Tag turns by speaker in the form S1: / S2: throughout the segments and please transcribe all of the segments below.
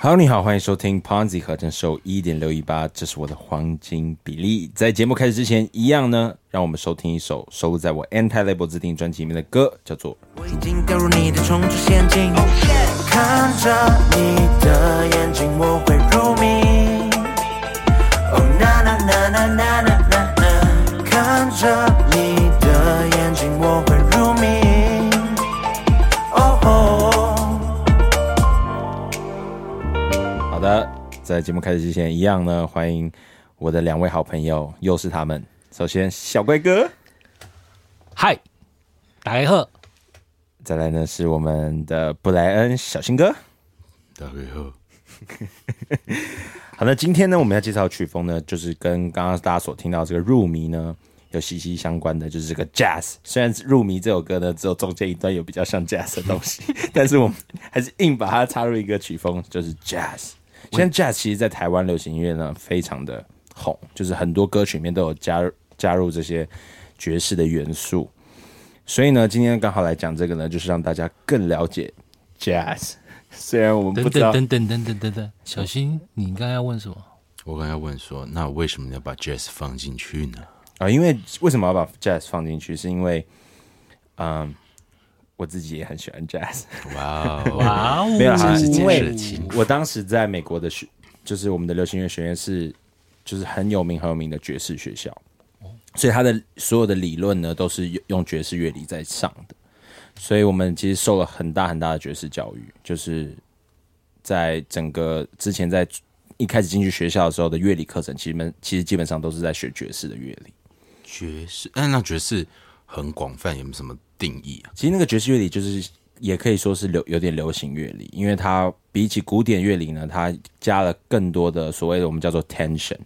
S1: Hello，你好，欢迎收听 Ponzi 合成收一点六一八，这是我的黄金比例。在节目开始之前，一样呢，让我们收听一首收录在我 Anti Label 自定义专辑里面的歌，叫做
S2: 我已经掉入你的重置陷阱。看着你的眼睛，我会入迷。哦那那那那那那那那，看着你的眼睛，我会入迷。哦吼，
S1: 好的，在节目开始之前，一样呢，欢迎我的两位好朋友，又是他们。首先，小怪哥，
S3: 嗨，大家好，
S1: 再来呢是我们的布莱恩小新哥。
S4: 大家好，
S1: 好，那今天呢，我们要介绍的曲风呢，就是跟刚刚大家所听到这个入迷呢。有息息相关的，就是这个 jazz。虽然《入迷》这首歌呢，只有中间一段有比较像 jazz 的东西，但是我们还是硬把它插入一个曲风，就是 jazz。现在 jazz 其实，在台湾流行音乐呢，非常的红，就是很多歌曲里面都有加入加入这些爵士的元素。所以呢，今天刚好来讲这个呢，就是让大家更了解 jazz。虽 然我们
S3: 等
S1: 不知道
S3: 等等等等等等等，小新，你刚刚要问什么？
S4: 我刚才问说，那为什么你要把 jazz 放进去呢？
S1: 啊，因为为什么要把 jazz 放进去？是因为，嗯，我自己也很喜欢 jazz。
S4: 哇哦，
S3: 哇
S1: 没有 啦，
S4: 是
S1: 因
S4: 件
S1: 为
S4: 事情
S1: 我当时在美国的学，就是我们的流行乐学院是，就是很有名很有名的爵士学校，所以它的所有的理论呢都是用用爵士乐理在上的，所以我们其实受了很大很大的爵士教育，就是在整个之前在一开始进去学校的时候的乐理课程，其实们其实基本上都是在学爵士的乐理。
S4: 爵士，但那爵士很广泛，有没有什么定义啊？
S1: 其实那个爵士乐理就是也可以说是流有点流行乐理，因为它比起古典乐理呢，它加了更多的所谓的我们叫做 tension，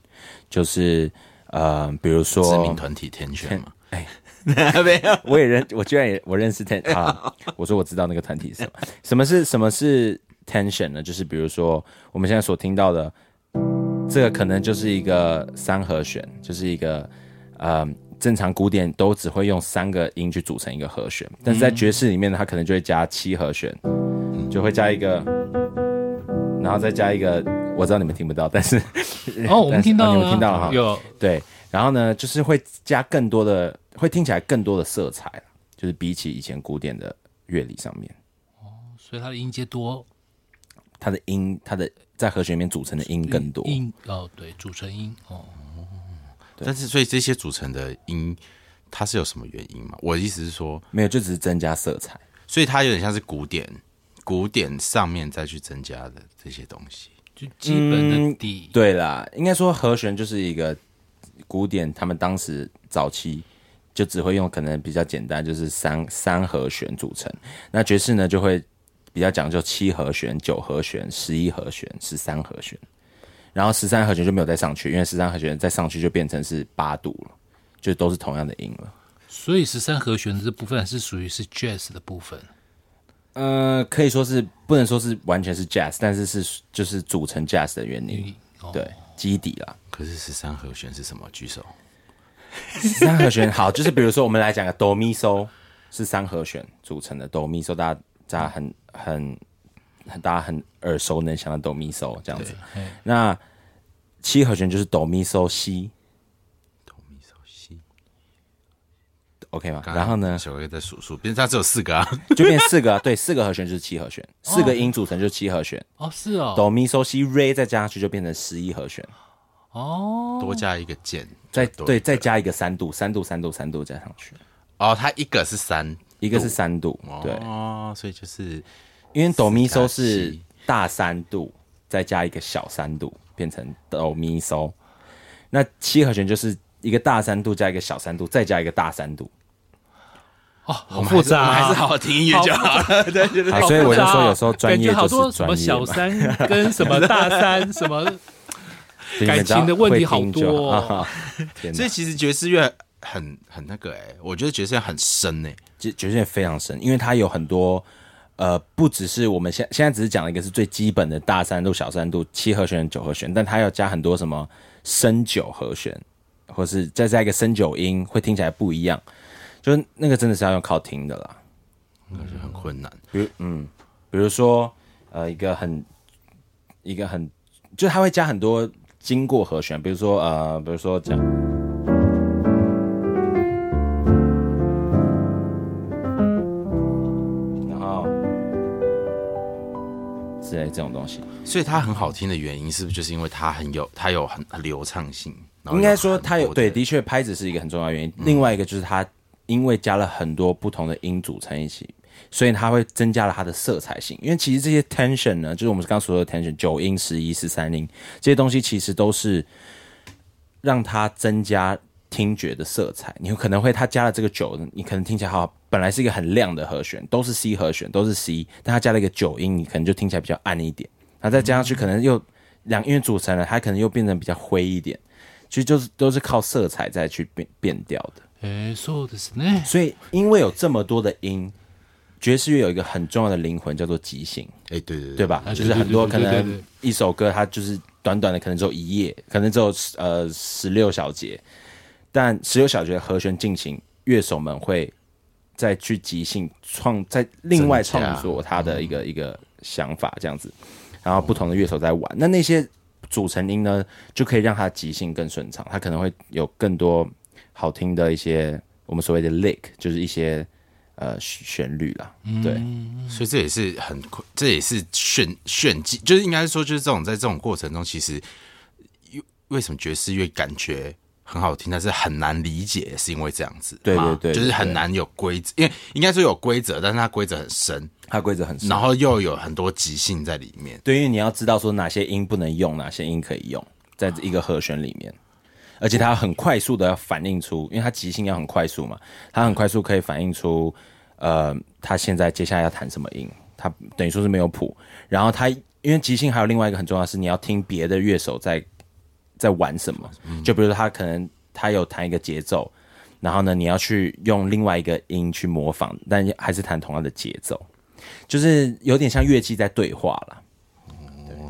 S1: 就是呃，比如说
S4: 知名团体 Tension 吗？
S1: 我也认，我居然也我认识 ten 啊！我说我知道那个团体是什么。什么是什么是 tension 呢？就是比如说我们现在所听到的，这个可能就是一个三和弦，就是一个呃正常古典都只会用三个音去组成一个和弦，但是在爵士里面呢，它可能就会加七和弦，就会加一个，然后再加一个。我知道你们听不到，但是
S3: 哦，我们听到
S1: 哦
S3: 了，
S1: 你们听到了哈
S3: 有
S1: 对，然后呢，就是会加更多的，会听起来更多的色彩啦就是比起以前古典的乐理上面，
S3: 所以它的音阶多
S1: 它的音，它的在和弦里面组成的音更多。
S3: 音哦，对，主成音哦，
S4: 但是所以这些组成的音，它是有什么原因吗？我的意思是说，
S1: 没有，就只是增加色彩。
S4: 所以它有点像是古典，古典上面再去增加的这些东西。
S3: 就基本的底。
S1: 对啦，应该说和弦就是一个古典，他们当时早期就只会用可能比较简单，就是三三和弦组成。那爵士呢就会比较讲究七和弦、九和弦、十一和弦、十三和弦，然后十三和弦就没有再上去，因为十三和弦再上去就变成是八度了，就都是同样的音了。
S3: 所以十三和弦的这部分是属于是 jazz 的部分，
S1: 呃，可以说是不能说是完全是 jazz，但是是就是组成 jazz 的原因，对基底啦。
S4: 可是十三和弦是什么？举手。
S1: 三和弦好，就是比如说我们来讲个哆咪嗦是三和弦组成的哆咪嗦，大家大家很很很大家很耳熟能详的哆咪嗦这样子。那七和弦就是哆咪嗦西
S4: 哆咪嗦西。
S1: ，OK 吗？
S4: 刚才
S1: 然后呢
S4: 小哥哥在数数，毕竟它只有四个啊。
S1: 就变四个啊， 对，四个和弦就是七和弦，四个音组成就是七和弦，
S3: 哦，是哦，
S1: 哆咪嗦西 re 再加上去就变成十一和弦，
S3: 哦，
S4: 多加一个键。
S1: 再
S4: 多
S1: 对再加一个三度，三度三度三度加上去，
S4: 哦，它一个是三，
S1: 一个是三度，对，
S4: 哦，所以就是
S1: 因为哆咪嗦
S4: 四加
S1: 是
S4: 七
S1: 大三度，再加一个小三度，变成哆咪嗦。那七和弦就是一个大三度加一个小三度，再加一个大三度。
S3: 哦，好复杂
S4: 我
S3: 啊，
S4: 们还是好好听音乐就好 了。对对
S1: 好啊
S4: 对，
S1: 所以我就说，有时候
S3: 感觉
S1: 专业
S3: 好
S1: 就
S3: 多
S1: 是
S3: 什
S1: 专
S3: 么
S1: 业
S3: 小
S1: 嘛，
S3: 三跟什么大三什么，
S1: 对
S3: 感情的问题好
S1: 你们只
S3: 多哦。
S1: 要会听就 好天
S4: 所
S1: 哪
S4: 以其实爵士乐很很那个哎、我觉得爵士乐很深哎、
S1: 爵爵士乐非常深，因为它有很多呃，不只是我们现现在只是讲了一个是最基本的大三度、小三度、七和弦、九和弦，但它要加很多什么升九和弦，或是再加一个升九音，会听起来不一样。就是那个真的是要用靠听的啦。
S4: 我觉得很困难。
S1: 比如嗯，比如说呃，一个很一个很，就是它会加很多经过和弦，比如说呃，比如说这样。然后之类这种东西，
S4: 所以它很好听的原因，是不是就是因为它很有它有很很流畅性？然后
S1: 应该说它
S4: 很
S1: 有
S4: 多的嗯
S1: 对，的确拍子是一个很重要的原因。另外一个就是它因为加了很多不同的音组成一起，所以它会增加了它的色彩性。因为其实这些 tension 呢，就是我们刚刚所说的 tension，九音、十一、十三音这些东西，其实都是让它增加听觉的色彩。你有可能会它加了这个九，你可能听起来好，本来是一个很亮的和弦，都是 C 和弦，都是 C，但它加了一个九音，你可能就听起来比较暗一点。然后再加上去，可能又两因为组成了，它可能又变成比较灰一点。其实就是都是靠色彩再去变变调的。
S3: 哎，そうですね。
S1: 所以因为有这么多的音，爵士乐有一个很重要的灵魂叫做即兴，
S4: 哎，对对
S1: 对
S4: 对，
S1: 吧？
S3: 啊对
S1: 就是很多可
S3: 对对对对
S1: 能
S3: 对
S1: 一首歌它就是短短的，可能只有一页，可能只有呃十六小节，但十六小节的和弦进行，乐手们会再去即兴创，再另外
S4: 增加
S1: 创作他的一个、一个想法这样子，然后不同的乐手在玩，那那些组成音呢，就可以让它即兴更顺畅，它可能会有更多好听的一些我们所谓的 lick，就是一些呃旋律啦，对。
S4: 所以这也是很困这也是炫炫技，就是应该说就是这种在这种过程中，其实因为什么爵士乐感觉很好听，但是很难理解，是因为这样子嘛，啊
S1: 对对对
S4: 就是
S1: 对
S4: 很难有规则，因为应该说有规则，但是它规则很深，
S1: 它规则很深
S4: 然后又有很多即兴在里面。
S1: 对，因为你要知道说哪些音不能用，哪些音可以用，在一个和弦里面，而且它要很快速的要反映出，因为它即兴要很快速嘛，它很快速可以反映出，呃，它现在接下来要弹什么音，它等于说是没有谱，然后它因为即兴还有另外一个很重要的是你要听别的乐手在在玩什么，就比如说他可能他有弹一个节奏。然后呢，你要去用另外一个音去模仿，但还是弹同样的节奏，就是有点像乐器在对话啦。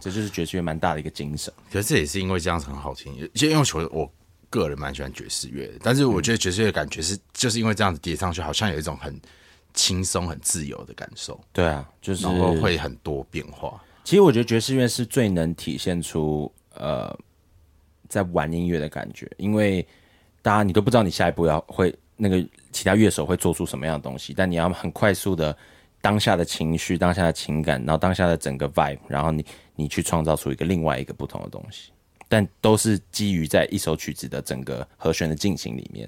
S1: 这就是爵士乐蛮大的一个精神。
S4: 可是这也是因为这样子很好听，就因为我我个人蛮喜欢爵士乐的，但是我觉得爵士乐的感觉是就是因为这样子叠上去，好像有一种很轻松、很自由的感受，
S1: 对啊，就是
S4: 然后会很多变化。
S1: 其实我觉得爵士乐是最能体现出呃，在玩音乐的感觉，因为大家你都不知道你下一步要会那个其他乐手会做出什么样的东西，但你要很快速的当下的情绪、当下的情感，然后当下的整个 vibe，然后你你去创造出一个另外一个不同的东西，但都是基于在一首曲子的整个和弦的进行里面。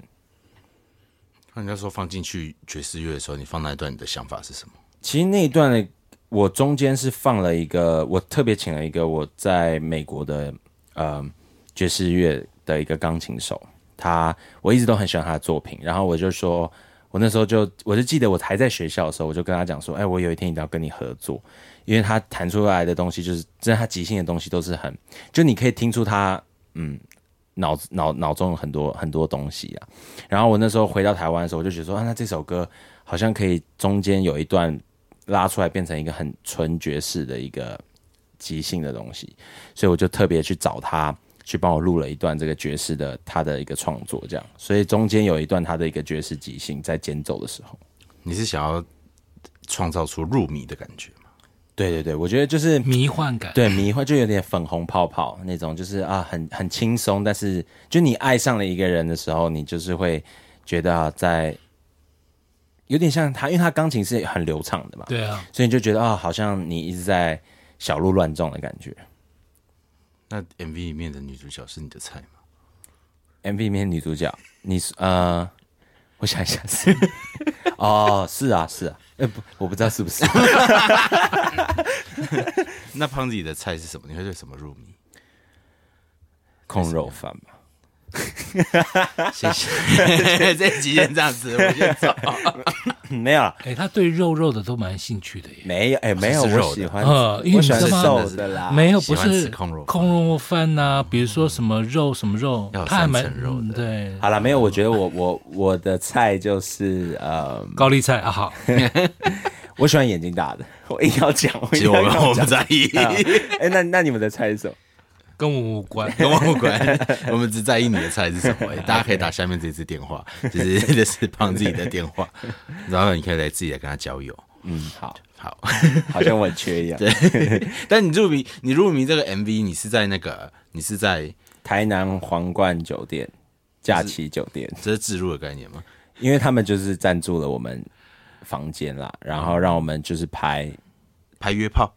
S4: 那你那时候放进去爵士乐的时候，你放那一段，你的想法是什么？
S1: 其实那一段呢，我中间是放了一个，我特别请了一个我在美国的呃爵士乐的一个钢琴手，他我一直都很喜欢他的作品，然后我就说，我那时候就我就记得我还在学校的时候，我就跟他讲说，哎、我有一天一定要跟你合作，因为他弹出来的东西就是，真的他即兴的东西都是很，就你可以听出他嗯。脑子脑脑中有很多很多东西啊，然后我那时候回到台湾的时候，我就觉得说啊，那这首歌好像可以中间有一段拉出来变成一个很纯爵士的一个即兴的东西，所以我就特别去找他去帮我录了一段这个爵士的他的一个创作，这样，所以中间有一段他的一个爵士即兴在间奏的时候，
S4: 你是想要创造出入迷的感觉吗？
S1: 对对对，我觉得就是
S3: 迷幻感。
S1: 对迷幻就有点粉红泡泡那种，就是啊很很轻松，但是就你爱上了一个人的时候，你就是会觉得啊在有点像他，因为他钢琴是很流畅的嘛，
S3: 对啊，
S1: 所以你就觉得啊、好像你一直在小鹿乱撞的感觉。
S4: 那 MV 里面的女主角是你的菜吗？
S1: MV 里面的女主角，你是呃，我想一下 是哦，是啊是啊，呃不，我不知道是不 是。
S4: 那胖子你的菜是什么？你会对什么入迷？
S1: 控肉饭吧，
S4: 谢 谢，这集先这样子，我先走。
S1: 嗯没有啦，
S3: 哎，他对肉肉的都蛮兴趣的耶。
S1: 没有，哎、没有，
S4: 是肉的
S1: 我喜欢，
S3: 呃因为
S1: 我
S3: 你
S1: 喜
S3: 知
S1: 欢
S3: 道吗
S1: 瘦的啦。
S3: 没有，
S4: 啊喜
S3: 不
S4: 欢吃
S3: 是
S4: 空肉饭
S3: 空肉饭呐，比如说什么肉什么肉
S4: 要有，
S3: 他还蛮
S4: 三层肉的
S3: 嗯对，
S1: 好了，没有，我觉得我我我的菜就是呃，
S3: 高丽菜啊，好，
S1: 我喜欢眼睛大的， 我硬要讲，我一
S4: 其实
S1: 定
S4: 我
S1: 要
S4: 们
S1: 讲
S4: 我 们在意，
S1: 哎、那那你们的菜是什么？
S3: 跟我无关。
S4: 跟我无关，我们只在意你的菜是什 么、大家可以打下面这支电话， 就是这是胖自己的电话，然后你可以来自己来跟他交友。
S1: 嗯，好，
S4: 好，
S1: 好像我很缺 一样。
S4: 但你入迷，你入迷这个 MV，你是在那个，你是在
S1: 台南皇冠酒店、假期酒店，
S4: 这是置入的概念吗？
S1: 因为他们就是赞助了我们房间啦，然后让我们就是拍
S4: 拍 约炮。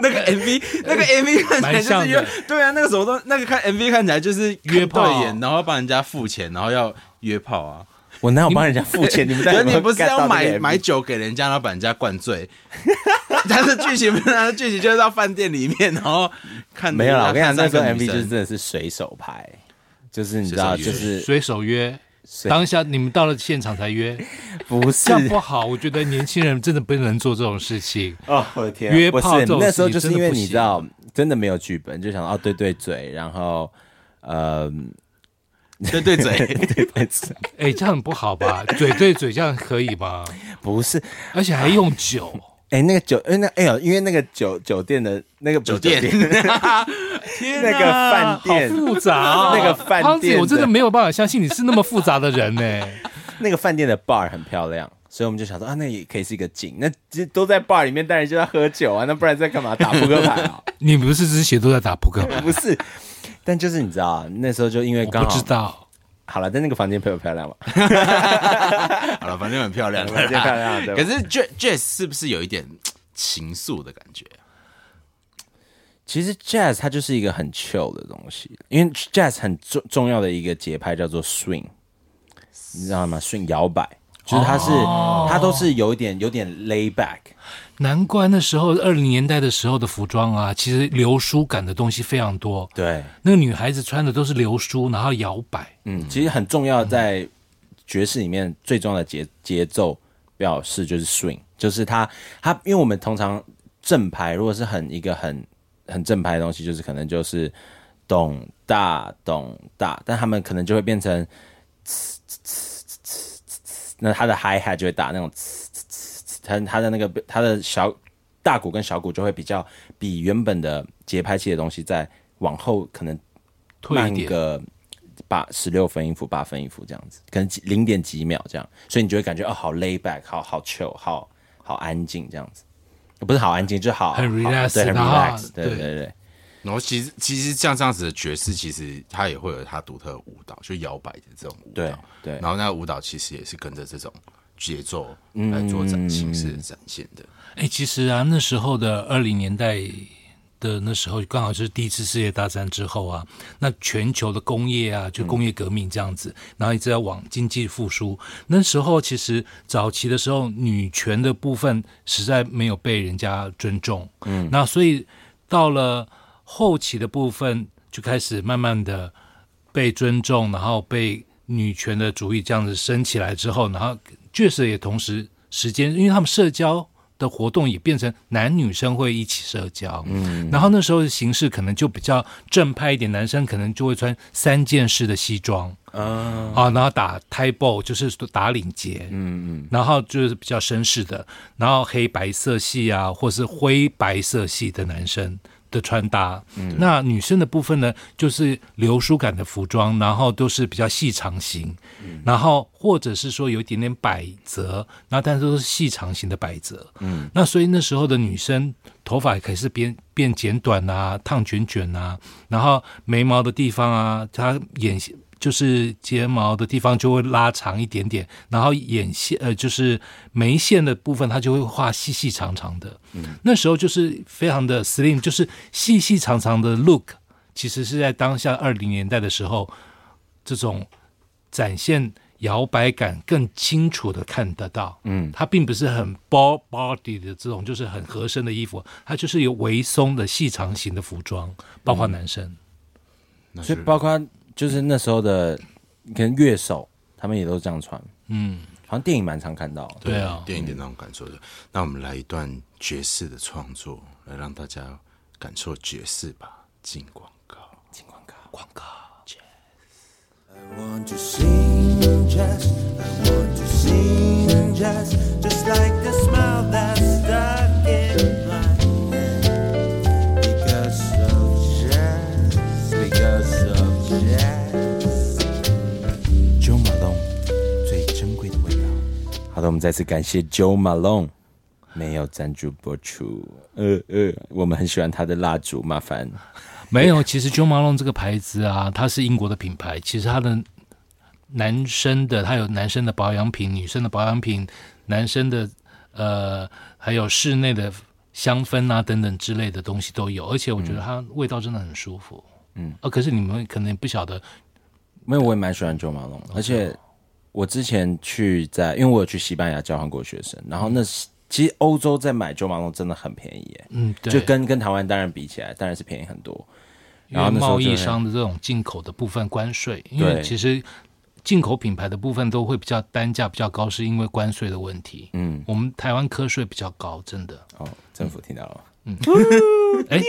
S4: 那个 MV，那个 MV 看起来就是
S3: 蛮像的
S4: 约，对啊，那个什么都，那个看 MV 看起来就是
S3: 约炮
S4: 看对眼，然后帮人家付钱，然后要约炮啊。
S1: 我哪有帮人家付钱？你们
S4: 可
S1: 在
S4: 是你不是要
S1: 干到
S4: 买
S1: 这个 MV
S4: 买酒给人家，然后把人家灌醉？ 他的剧情不是，他的剧情就是到饭店里面，然后看
S1: 没有啦，我跟你讲，那
S4: 看
S1: 时候
S4: 三个
S1: MV
S4: 女
S1: 就
S4: 生
S1: 是真的是随手拍，就是你知道，
S4: 随
S1: 就
S4: 手约
S1: 是
S3: 随手约，
S1: 随
S3: 当下你们到了现场才约，
S1: 不
S3: 这
S1: 是
S3: 样不好。我觉得年轻人真的不能做这种 事情。
S1: 哦，我的天啊
S3: 约
S1: 不
S3: 炮
S1: 是
S3: 这种
S1: 那时候
S3: 事情
S1: 就是
S3: 真的
S1: 因为
S3: 不
S1: 你
S3: 行
S1: 知道，真的没有剧本，就想到哦对对嘴，然后呃
S4: 对对嘴，
S1: 对对嘴，
S3: 哎，这样很不好吧？嘴对嘴这样可以吗？
S1: 不是
S3: 而且还用酒，
S1: 哎、那个酒，哎、那哎呦，因为那个酒酒店的那个不是
S4: 酒店
S1: 那个饭 店
S3: 好复杂哦。
S1: 那个饭店的
S3: 胖子，我真的没有办法相信你是那么复杂的人呢。
S1: 那个饭店的 bar 很漂亮，所以我们就想说啊，那也可以是一个景。那其实都在 bar 里面，当然就要喝酒啊，那不然在干嘛？打扑克牌啊？
S3: 你不是之前都在打扑克 牌？
S1: 不是，但就是你知道啊，那时候就因为
S3: 我
S1: 刚
S3: 不
S1: 好
S3: 知道，
S1: 好了，但那个房间漂不漂亮嘛？
S4: 好了，反正很漂亮的啦，
S1: 房间漂亮，啊对吧
S4: 可是 J Jazz 是不是有一点嘖情愫的感觉啊？
S1: 其实 jazz 它就是一个很 chill 的东西，因为 jazz 很重重要的一个节拍叫做 swing，你知道吗？swing 摇摆，就是它是、它都是有一点有点 lay back，
S3: 难怪那时候二零年代的时候的服装啊，其实流苏感的东西非常多。
S1: 对，
S3: 那个女孩子穿的都是流苏，然后摇摆，
S1: 嗯，其实很重要，在爵士里面最重要的节节奏表示就是 swing，就是它它，因为我们通常正拍如果是很一个很很正拍的东西，就是可能就是咚大咚大，但他们可能就会变成，那他的 hi hat 就会打那种，他他的那个他的小大鼓跟小鼓就会比较比原本的节拍器的东西再往后可能
S3: 退一
S1: 慢
S3: 点。
S1: 个八十六分音符、八分音符这样子，可能几零点几秒这样，所以你就会感觉哦，好 lay back，好好 chill，好好安静这样子，不是好安静，就是好
S3: 很
S1: 好
S3: relax，
S1: 对，很
S3: 然后
S1: relax，对
S3: 对
S1: 对对。
S4: 然后其实其实像这样子的爵士，其实它也会有它独特的舞蹈，就摇摆的这种舞蹈。
S1: 对对
S4: 然后那个舞蹈其实也是跟着这种节奏
S1: 嗯
S4: 来做展形式的展现的。
S3: 哎，其实啊，那时候的二零年代的那时候，刚好是第一次世界大战之后啊，那全球的工业啊，就工业革命这样子，然后一直要往经济复苏。那时候其实早期的时候，女权的部分实在没有被人家尊重，嗯，那所以到了后期的部分，就开始慢慢的被尊重，然后被女权的主义这样子升起来之后，然后确实也同时时间，因为他们社交的活动也变成男女生会一起社交，嗯，然后那时候的形式可能就比较正派一点，男生可能就会穿三件式的西装，嗯，啊，然后打 tie bow 就是打领结，嗯嗯，然后就是比较绅士的，然后黑白色系啊，或是灰白色系的男生。的穿搭，那女生的部分呢，就是流苏感的服装，然后都是比较细长型，然后或者是说有一点点百褶，然后但是都是细长型的百褶，嗯，那所以那时候的女生头发也可以是变变剪短啊，烫卷卷啊，然后眉毛的地方啊，她眼线就是睫毛的地方就会拉长一点点，然后眼线呃就是眉线的部分，它就会画细细长长的。嗯，那时候就是非常的 slim，就是细细长长的 look，其实是在当下二零年代的时候，这种展现摇摆感更清楚的看得到。嗯，它并不是很 ball body 的这种，就是很合身的衣服，它就是有微松的细长型的服装，包括男生。
S4: 那
S1: 所以
S4: 就
S1: 包括就是那时候的，可能乐手他们也都这样穿，嗯，好像电影蛮常看到的。
S3: 对啊，
S4: 电影的那种感受的。那我们来一段爵士的创作，来让大家感受爵士吧。进广告，
S2: I want to sing jazz. I want to sing jazz. Just like the smile that's stuck in my head. Because of jazz. Because of jazz.
S1: Joe Malone 最珍贵的味道。好的，我们再次感谢 Joe Malone 没有赞助播出。呃呃，我们很喜欢他的蜡烛，麻烦
S3: 没有，其实 Jo Malone 这个牌子啊，它是英国的品牌，其实它的男生的，它有男生的保养品、女生的保养品、男生的呃，还有室内的香氛啊等等之类的东西都有，而且我觉得它味道真的很舒服。嗯，啊，可是你们可能不晓得，
S1: 没有，我也蛮喜欢九马龙，而且我之前去在，因为我有去西班牙交换过学生，然后那是其实欧洲在买九马龙真的很便宜耶，
S3: 嗯，对，
S1: 就跟跟台湾当然比起来，当然是便宜很多。
S3: 因
S1: 然
S3: 为
S1: 后那时候
S3: 贸易
S1: 就会
S3: 商的这种进口的部分关税，因为
S1: 对
S3: 其实进口品牌的部分都会比较单价比较高，是因为关税的问题。嗯，我们台湾科税比较高，真的。
S1: 哦，政府听到了吗？
S3: 哎、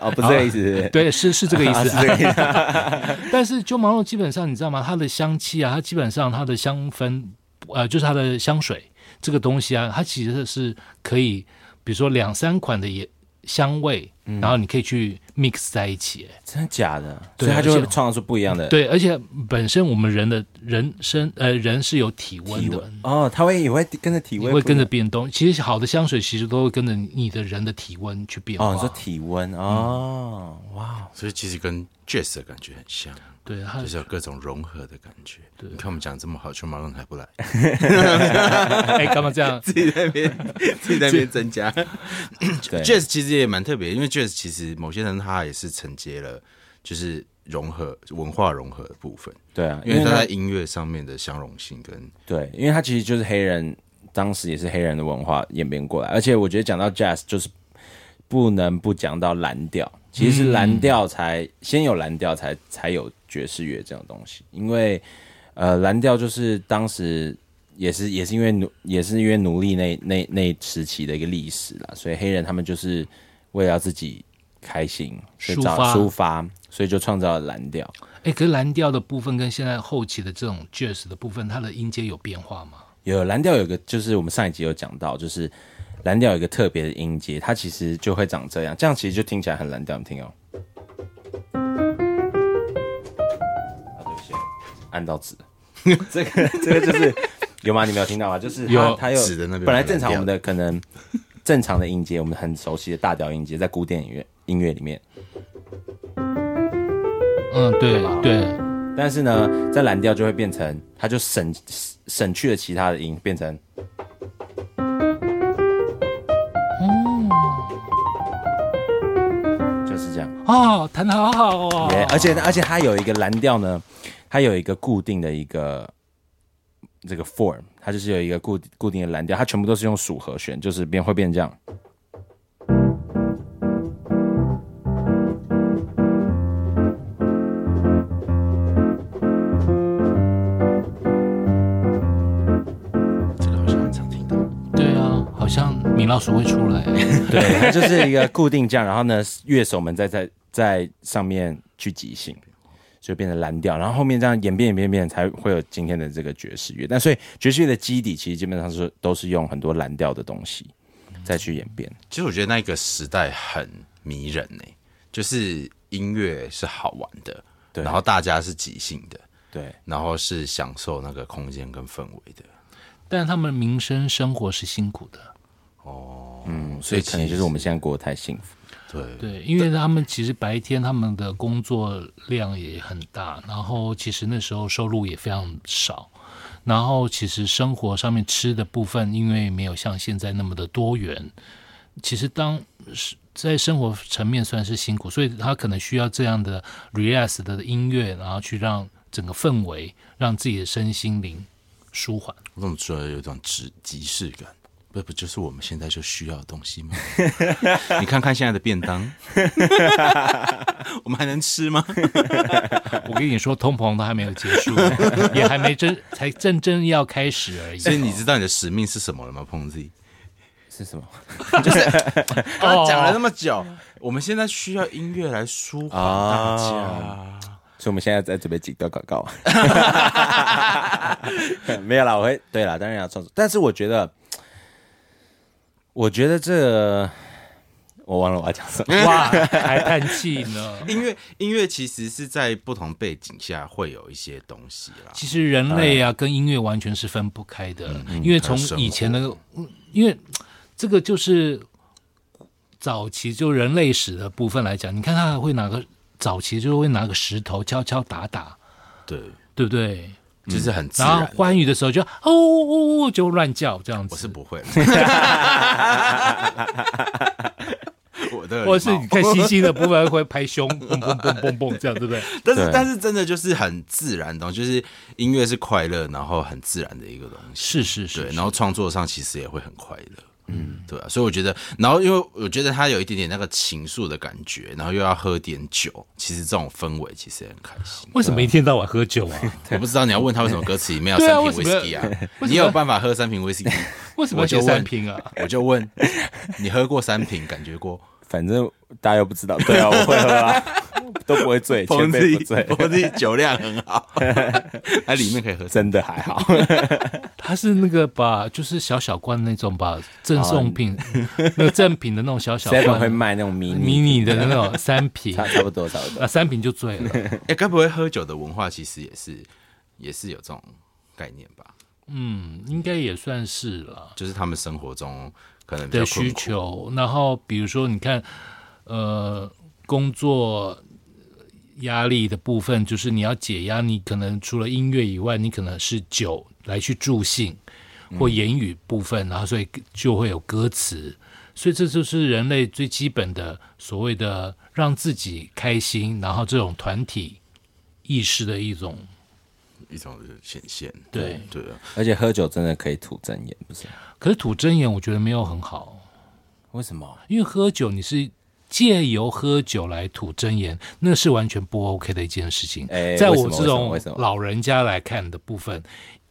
S1: 哦，不是这个意思，是不是
S3: 嗯啊 对，是是这个 意
S1: 啊
S3: 思。
S1: 是这个意 思。
S3: 但是鸠毛肉基本上你知道吗？它的香气啊，它基本上它的香氛，呃，就是它的香水这个东西啊，它其实是可以，比如说两三款的也香味，
S1: 嗯
S3: 然后你可以去 mix 在一起、哎
S1: 真的假的？
S3: 对
S1: 所以他就
S3: 而
S1: 会
S3: 且
S1: 创造出不一样的
S3: 对，而且本身我们人的人身呃人是有体温
S1: 体
S3: 的，
S1: 温哦，他会也会跟着体
S3: 你
S1: 温，
S3: 会跟着变动。其实好的香水其实都会跟着你的人的体温去变化。
S1: 哦，你说体温哦，
S3: 嗯
S1: 哇，
S4: 所以其实跟 Jazz 的感觉很像，
S3: 对，它
S4: 就是有各种融合的感觉。你看我们讲这么好，邱马龙还不 来，
S3: 哎干嘛这样？
S4: 自己在那 边自己在那边增加。
S1: 对
S4: Jazz 其实也蛮特别，因为 Jazz 其实某些人他也是承接了，就是融合文化融合的部分，
S1: 对啊，
S4: 因为他
S1: 他
S4: 在音乐上面的相容性跟
S1: 对，因为他其实就是黑人，当时也是黑人的文化演变过来。而且我觉得讲到 jazz，就是不能不讲到蓝调。其实蓝调才、先有蓝调才，才有爵士乐这种东西。因为呃，蓝调就是当时也是也是因为奴也是因为奴隶那那那时期的一个历史啦，所以黑人他们就是为了要自己开心，所以找
S3: 抒发
S1: 抒发，所以就创造了蓝调。
S3: 哎，可是蓝调的部分跟现在后期的这种 jazz 的部分，它的音阶有变化吗？
S1: 有蓝调有个，就是我们上一集有讲到，就是蓝调有一个特别的音阶，它其实就会长这样，这样其实就听起来很蓝调，你听哦。啊，对不起，按到纸， 这个这个就是有吗？你没有听到吗？就是它
S3: 有
S1: 它有
S4: 纸的那边
S1: 本来正常
S4: 有
S1: 我
S4: 蓝调
S1: 们的可能正常的音阶，我们很熟悉的大调音阶，在古典音乐音乐里面，
S3: 嗯，对
S1: 啊
S3: 对，
S1: 但是呢，在蓝调就会变成，它就省省去了其他的音，变成
S3: 哦，
S1: 就是这样。
S3: 哦，弹的好好哦
S1: Yeah，而且呢，而且它有一个蓝调呢，它有一个固定的一个这个 form，它就是有一个固固定的蓝调，它全部都是用属和弦，就是变会变这样。
S4: 这个好像很常听到。
S3: 对啊，好像米老鼠会出来，
S1: 对，它就是一个固定这样，然后呢，乐手们在在在上面去即兴，就变成蓝调，然后后面这样演变演变演变，才会有今天的这个爵士乐。但所以爵士乐的基底其实基本上是都是用很多蓝调的东西再去演变。
S4: 其实我觉得那个时代很迷人呢、就是音乐是好玩的，
S1: 对
S4: 然后大家是即兴的，
S1: 对，
S4: 然后是享受那个空间跟氛围的。
S3: 但他们民生生活是辛苦的，
S1: 嗯，所以可能就是我们现在过得太幸福。
S4: 对，
S3: 对，因为他们其实白天他们的工作量也很大，然后其实那时候收入也非常少，然后其实生活上面吃的部分，因为没有像现在那么的多元，其实当是在生活层面算是辛苦，所以他可能需要这样的 relax 的音乐，然后去让整个氛围，让自己的身心灵舒缓。
S4: 我怎么觉得有一种即即视感？不不就是我们现在就需要的东西吗？ 你看看现在的便 当，我们还能吃 吗？
S3: 我跟你说，通膨都还没有结 束，也还没真才真正要开始而已。
S4: 所以你知道你的使命是什么了吗，碰 Z？
S1: 是 什么？
S4: 刚刚讲了那么久，哦啊我们现在需要音乐来舒缓大家。
S1: 所以我们现在在准备几段广 告。没有啦，我会对啦，当然要创作，但是我觉得，我觉得这我忘了我要讲什么。
S3: 哇，还叹气呢。
S4: 音乐音乐其实是在不同背景下会有一些东西啦。
S3: 其实
S4: 哎嗯
S3: 嗯人类啊，跟音乐完全是分不开的，因为从以前的，嗯因为这个就是早期就人类史的部分来讲，你看他还会拿个早期就会拿个石头敲敲打打，
S4: 对，
S3: 对不对？
S4: 就是很自
S3: 嗯然后
S4: 然。
S3: 欢愉的时候就哦哦哦就乱叫这样子，
S4: 我是 不会，我的
S3: 或者是
S4: 礼貌
S3: 你看西西的部分会拍胸，嘣嘣嘣嘣嘣这样，对不 对？
S4: 但是
S1: 对
S4: 但是真的就是很自然的东西，就是音乐是快乐，然后很自然的一个东西。
S3: 是是是
S4: 对，，然后创作上其实也会很快乐。嗯，对啊，所以我觉得，然后因为我觉得他有一点点那个情愫的感觉，然后又要喝点酒，其实这种氛围其实也很开心。
S3: 为什么一天到晚喝酒啊？
S4: 我不知道你要问他为什么歌词里面有
S3: 对
S4: 三
S3: 啊
S4: 瓶
S3: 为什么
S4: whisky 啊？
S3: 为什么
S4: 你有办法喝三瓶 whisky？
S3: 为什么
S4: 我
S3: 要
S4: 就
S3: 写
S4: 问
S3: 三瓶啊？
S4: 我就问你喝过三瓶，感觉过？
S1: 反正大家又不知道，对啊，我会喝啊， 都不会醉， 前
S4: 彭
S1: 辈
S4: 弟
S1: 不醉，
S4: 彭弟酒量很 好，它里面可以喝三。
S1: 真的还 好。
S3: 他是那个把就是小小罐那种吧，赠送品，
S1: 啊
S3: 那个赠品的那种小小
S1: Seven 会
S3: 罐，
S1: 卖那种迷
S3: 迷
S1: 你，
S3: 你的那种三 瓶，
S1: 差差不多差不多。
S3: 啊三瓶就醉了。
S4: 哎、该不会喝酒的文化其实也是也是有这种概念吧？
S3: 嗯，应该也算是了。
S4: 就是他们生活中可能比较
S3: 的
S4: 困
S3: 需
S4: 苦，
S3: 求。然后比如说，你看，呃，工作压力的部分，就是你要解压，你可能除了音乐以外，你可能是酒来去助兴，
S4: 嗯
S3: 或言语部分，然后所以就会有歌词。所以这就是人类最基本的所谓的让自己开心，然后这种团体意识的一种
S4: 一种显现。
S3: 对
S4: 对啊，
S1: 而且喝酒真的可以吐真言，不是？
S3: 可是吐真言，我觉得没有很好，
S1: 为什么？
S3: 因为喝酒你是借由喝酒来吐真言，那是完全不 OK 的一件事情。
S1: 哎
S3: 在
S1: 为什
S3: 我
S1: 么
S3: 这
S1: 为什么为什
S3: 种
S1: 么
S3: 老人家来看的部分，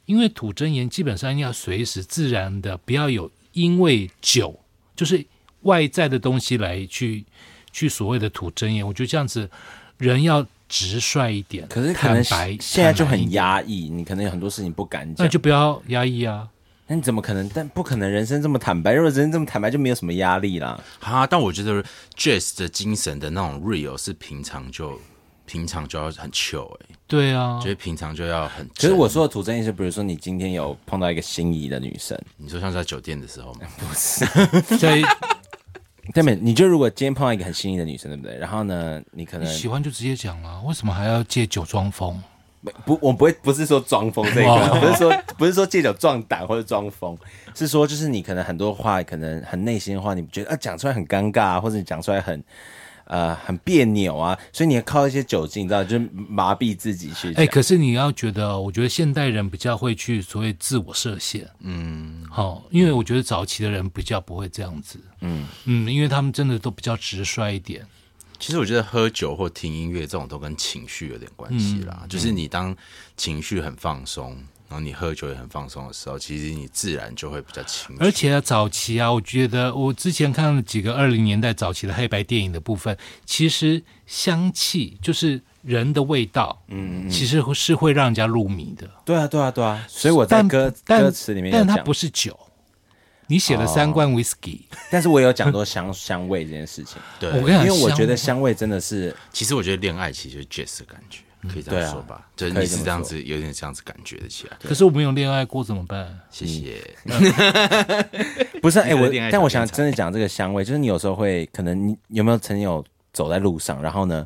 S3: 因为吐真言基本上要随时自然的，不要有因为酒就是外在的东西来去去所谓的吐真言。我觉得这样子人要直率一点，
S1: 可是可
S3: 坦
S1: 能
S3: 白，
S1: 现在就
S3: 坦白一
S1: 很
S3: 点
S1: 压抑，你可能有很多事情不敢
S3: 那
S1: 讲
S3: 就。不要压抑啊。
S1: 那你怎么可能？但不可能，人生这么坦白。如果人生这么坦白，就没有什么压力啦。
S4: 哈，但我觉得 Jazz 的精神的那种 real 是平常就平常就要很 chill 哎、
S3: 对啊，
S4: 觉得平常就要很真。
S1: 可是我说的吐真言是，比如说你今天有碰到一个心仪的女生，
S4: 你说像是在酒店的时候吗？
S3: 在
S1: 对没？你就如果今天碰到一个很心仪的女生，对不对？然后呢，你可能
S3: 喜欢就直接讲了，为什么还要借酒装疯？
S1: 不，我不会不是说装疯这一
S3: 哇
S1: 块，不是说不是说借酒壮胆或者装疯，是说就是你可能很多话，可能很内心的话，你觉得啊讲出来很尴尬、啊，或者你讲出来很呃很别扭啊，所以你要靠一些酒精，你知道，就是麻痹自己去讲。
S3: 哎、可是你要觉得哦，我觉得现代人比较会去所谓自我设限，嗯，好、因为我觉得早期的人比较不会这样子，嗯嗯，因为他们真的都比较直率一点，
S4: 其实我觉得喝酒或听音乐这种都跟情绪有点关系啦。就是你当情绪很放松，然后你喝酒也很放松的时候，其实你自然就会比较清楚。
S3: 而且、啊、早期啊，我觉得我之前看了几个二零年代早期的黑白电影的部分，其实香气就是人的味道，嗯其实是会让人家入迷的，
S1: 对啊，对啊，对啊，所以我在
S3: 但
S1: 歌
S3: 但
S1: 歌词里面有
S3: 但它
S1: 讲哦
S3: 不，是酒，你写了三罐 whisky，、
S1: 但是我有讲到香香味这件事情，
S4: 对，
S3: 我跟你
S1: 因
S3: 讲，
S1: 为我觉得
S3: 香
S1: 香味真的是
S4: 其实我觉得恋爱其实就是 jazz 的感觉，可以这
S1: 对啊
S4: 样说吧，就是
S1: 可以
S4: 你
S1: 这么
S4: 是这样子，有点这样子感觉的起来。
S3: 可是我没有恋爱过怎么办？
S4: 谢谢。
S1: 不是哎、
S4: 你可能
S1: 我
S4: 恋爱
S1: 但
S4: 小
S1: 我
S4: 天
S1: 想
S4: 才
S1: 真的讲这个香味，就是你有时候会可能你有没有曾经有走在路上，然后呢，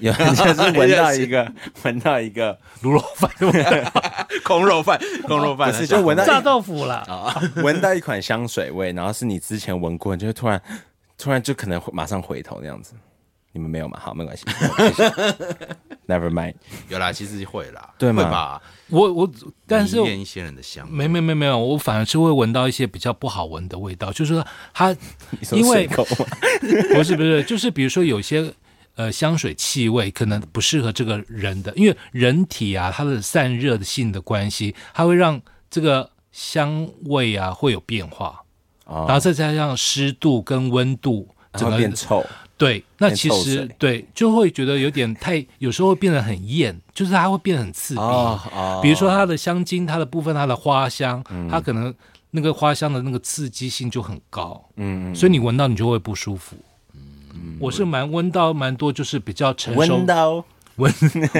S1: 有 就是闻到一个闻到一个
S3: 卤肉饭
S4: 空肉 饭，空肉饭
S1: 不是就闻到
S3: 炸豆腐啦。
S1: 啊闻到一款香水味，然后是你之前闻过，你就会突然突然就可能会马上回头那样子。你们没有嘛？好，没关系 ，Never mind。
S4: 有啦，其实会啦，
S1: 对吗
S4: 会吧？
S3: 我我，但是
S4: 迷恋一些人的香味，
S3: 没没没没有，我反而是会闻到一些比较不好闻的味道，就是说它
S1: 你说
S3: 因
S1: 水
S3: 为
S1: 口 吗？
S3: 不是不是，就是比如说有些呃香水气味可能不适合这个人的，因为人体啊它的散热的性的关系，它会让这个香味啊会有变化，
S1: 哦
S3: 然后再加上湿度跟温度，整
S1: 然后
S3: 个
S1: 变臭，
S3: 对，那
S1: 变
S3: 其
S1: 臭
S3: 实
S1: 水
S3: 对就会觉得有点 太，有时候会变得很艳，就是它会变得很刺鼻。
S1: 哦哦嗯
S3: 比如说它的香精，它的部分，它的花香，它可能那个花香的那个刺激性就很高，嗯，所以你闻到你就会不舒服。
S1: 嗯
S3: 我是蛮闻到蛮多，就是比较成熟
S1: 闻到
S3: 闻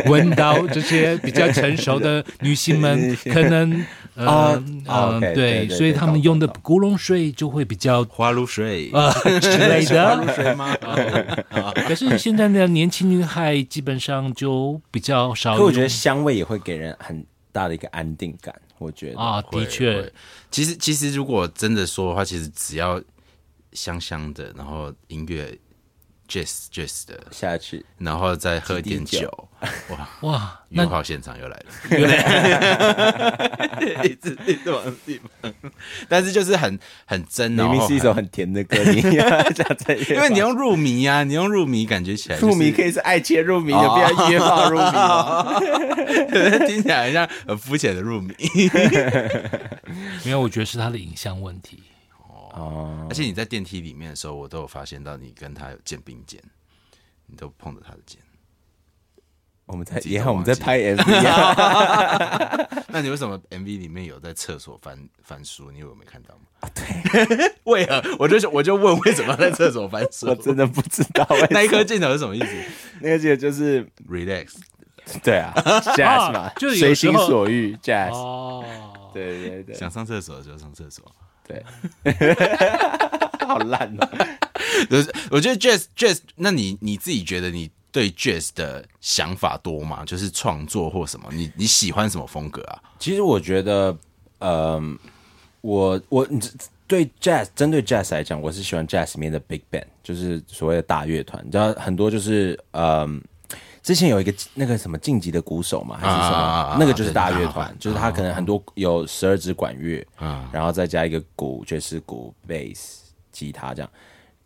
S3: 闻到这些比较成熟的女性们，可能呃
S1: 哦
S3: 呃
S1: ，OK，对
S3: 对，
S1: 对
S3: 所
S1: 对
S3: 以他们
S1: 懂
S3: 用的
S1: 懂懂
S3: 古龙水就会比较
S4: 花露水，
S3: 呃之类的。
S4: 水吗？
S3: 可是现在的年轻女孩基本上就比较少用。
S1: 可我觉得香味也会给人很大的一个安定感，我觉得。
S3: 啊，的确
S4: 会，其实其实如果真的说的话，其实只要香香的，然后音乐 jazz jazz 的，
S1: 下去，
S4: 然后再喝点
S1: 几滴
S4: 酒
S1: 酒，
S4: 哇，
S3: 哇，
S4: 约
S3: 那
S4: 炮现场又来了，一直一直往地方， 但是就是很很真，
S1: 明
S4: 然后
S1: 明是一
S4: 很
S1: 首很甜的歌，你 加在夜
S4: 因为你
S1: 晚
S4: 用入迷啊，你用入迷感觉起来、就是，
S1: 入迷可以是爱切入迷的，不要约炮入迷哦。
S4: 听起来很像很肤浅的入迷，
S3: 没有，我觉得是他的影像问题。
S1: 哦
S4: 而且你在电梯里面的时候，我都有发现到你跟他有肩并肩，你都碰着他的肩，
S1: 我们在
S4: 自己
S1: 也
S4: 都
S1: 好，我们在
S4: 忘 记
S1: 拍 MV 啊。
S4: 那你为什么 MV 里面有在厕所翻翻书？你以为我没看到吗？
S1: 啊对，
S4: 为何？我就我就问为什么要在厕所翻书？
S1: 我真的不知道为什么
S4: 那一颗镜头是什么意思
S1: 那个记得就是
S4: ？Relax，
S1: 对 啊，jazz 嘛，
S3: 就有时
S1: 随
S3: 候
S1: 心所欲 jazz。
S3: 哦，
S1: 对对对
S4: 想上厕所就上厕所。
S1: 对， 好烂哦。
S4: 就是我觉得 jazz jazz，那你你自己觉得你对 jazz 的想法多吗？就是创作或什么？你你喜欢什么风格啊？
S1: 其实我觉得，嗯，我我你这对 jazz 针对 jazz 来讲，我是喜欢 jazz 里面的 big band，就是所谓的大乐团。你知道很多就是嗯，之前有一个那个什么晋级的鼓手嘛，还是什么，
S4: 啊啊啊啊
S1: 那个就是大
S4: 对
S1: 乐
S4: 大
S1: 团
S4: 乐，啊
S1: 就是他可能很多有十二支管乐，然后再加一个鼓、爵士鼓、bass、吉他这样。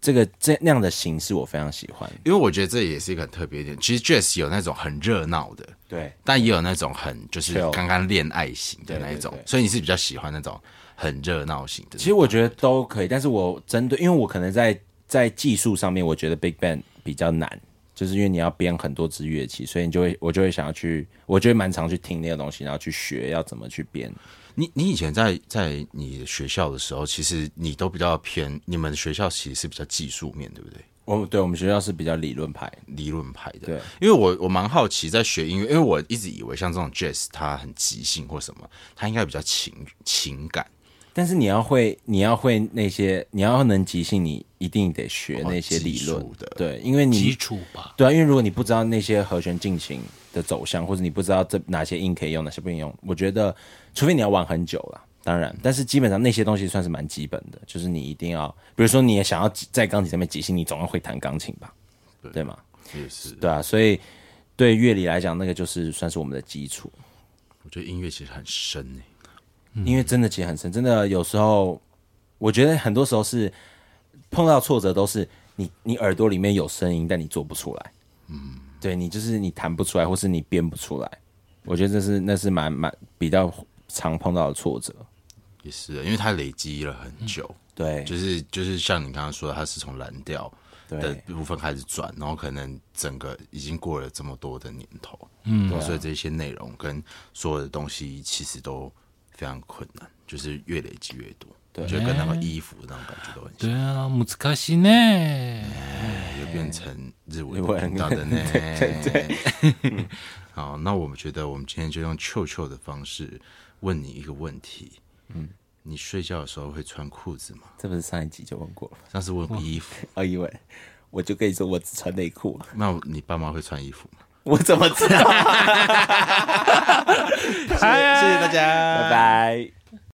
S1: 这个这那样的形式我非常喜欢。
S4: 因为我觉得这也是一个很特别的点。其实 jazz 有那种很热闹的，
S1: 对，
S4: 但也有那种很就是
S1: Chill
S4: 刚刚恋爱型的那一种，
S1: 对对对
S4: 所以你是比较喜欢那种很热闹型的。
S1: 其实我觉得都可以，但是我针对，因为我可能在在技术上面，我觉得 Big Band 比较难，就是因为你要编很多支乐器，所以你就会我就会想要去，我就会蛮常去听那个东西，然后去学要怎么去编。
S4: 你你以前在在你的学校的时候，其实你都比较偏，你们学校其实是比较技术面，对不对？
S1: 我们对我们学校是比较理论派，
S4: 理论派的。
S1: 对，
S4: 因为我我蛮好奇，在学音乐，因为我一直以为像这种 jazz 它很即兴或什么，它应该比较情情感
S1: 但是你要会，你要会那些，你要能即兴，你一定得学那些理论、
S4: 哦技术的
S1: 对，因为
S3: 基
S1: 你
S3: 础吧。
S1: 对啊，因为如果你不知道那些和弦进行的走向，或者你不知道这哪些音可以用，哪些不能用，我觉得，除非你要玩很久了，当然，但是基本上那些东西算是蛮基本的，就是你一定要，比如说你也想要即在钢琴上面即兴，你总要会弹钢琴吧，对吗？
S4: 也是。
S1: 对啊，所以对乐理来讲，那个就是算是我们的基础，
S4: 我觉得音乐其实很深欸诶、
S1: 因为真的其实很深，真的有时候，我觉得很多时候是碰到挫折都是你你耳朵里面有声音，但你做不出来，嗯，对你就是你弹不出来，或是你编不出来，我觉得这是那是蛮蛮比较常碰到的挫折，
S4: 也是，啊因为它累积了很久，
S1: 对，
S4: 就是就是像你刚刚说的，它是从蓝调的
S1: 对
S4: 部分开始转，然后可能整个已经过了这么多的年头，
S3: 嗯
S4: 然后所以这些内容跟所有的东西其实都非常困难，就是越累积越多，
S1: 对
S4: 就跟那个衣服那种感觉都很像。
S3: 对啊，木斯卡西呢？
S4: 就变成日文
S1: 日文
S4: 频道的呢。对对 好，那我们觉得我们今天就用臭臭的方式问你一个问题。嗯，你睡觉的时候会穿裤子吗？
S1: 这不是上一集就问过了吗，
S4: 上次问过衣服，
S1: 哦，因为我就跟你说我只穿内裤，
S4: 那你爸妈会穿衣服吗？
S1: 我怎 么知道？
S4: 谢谢大家，
S1: 拜拜。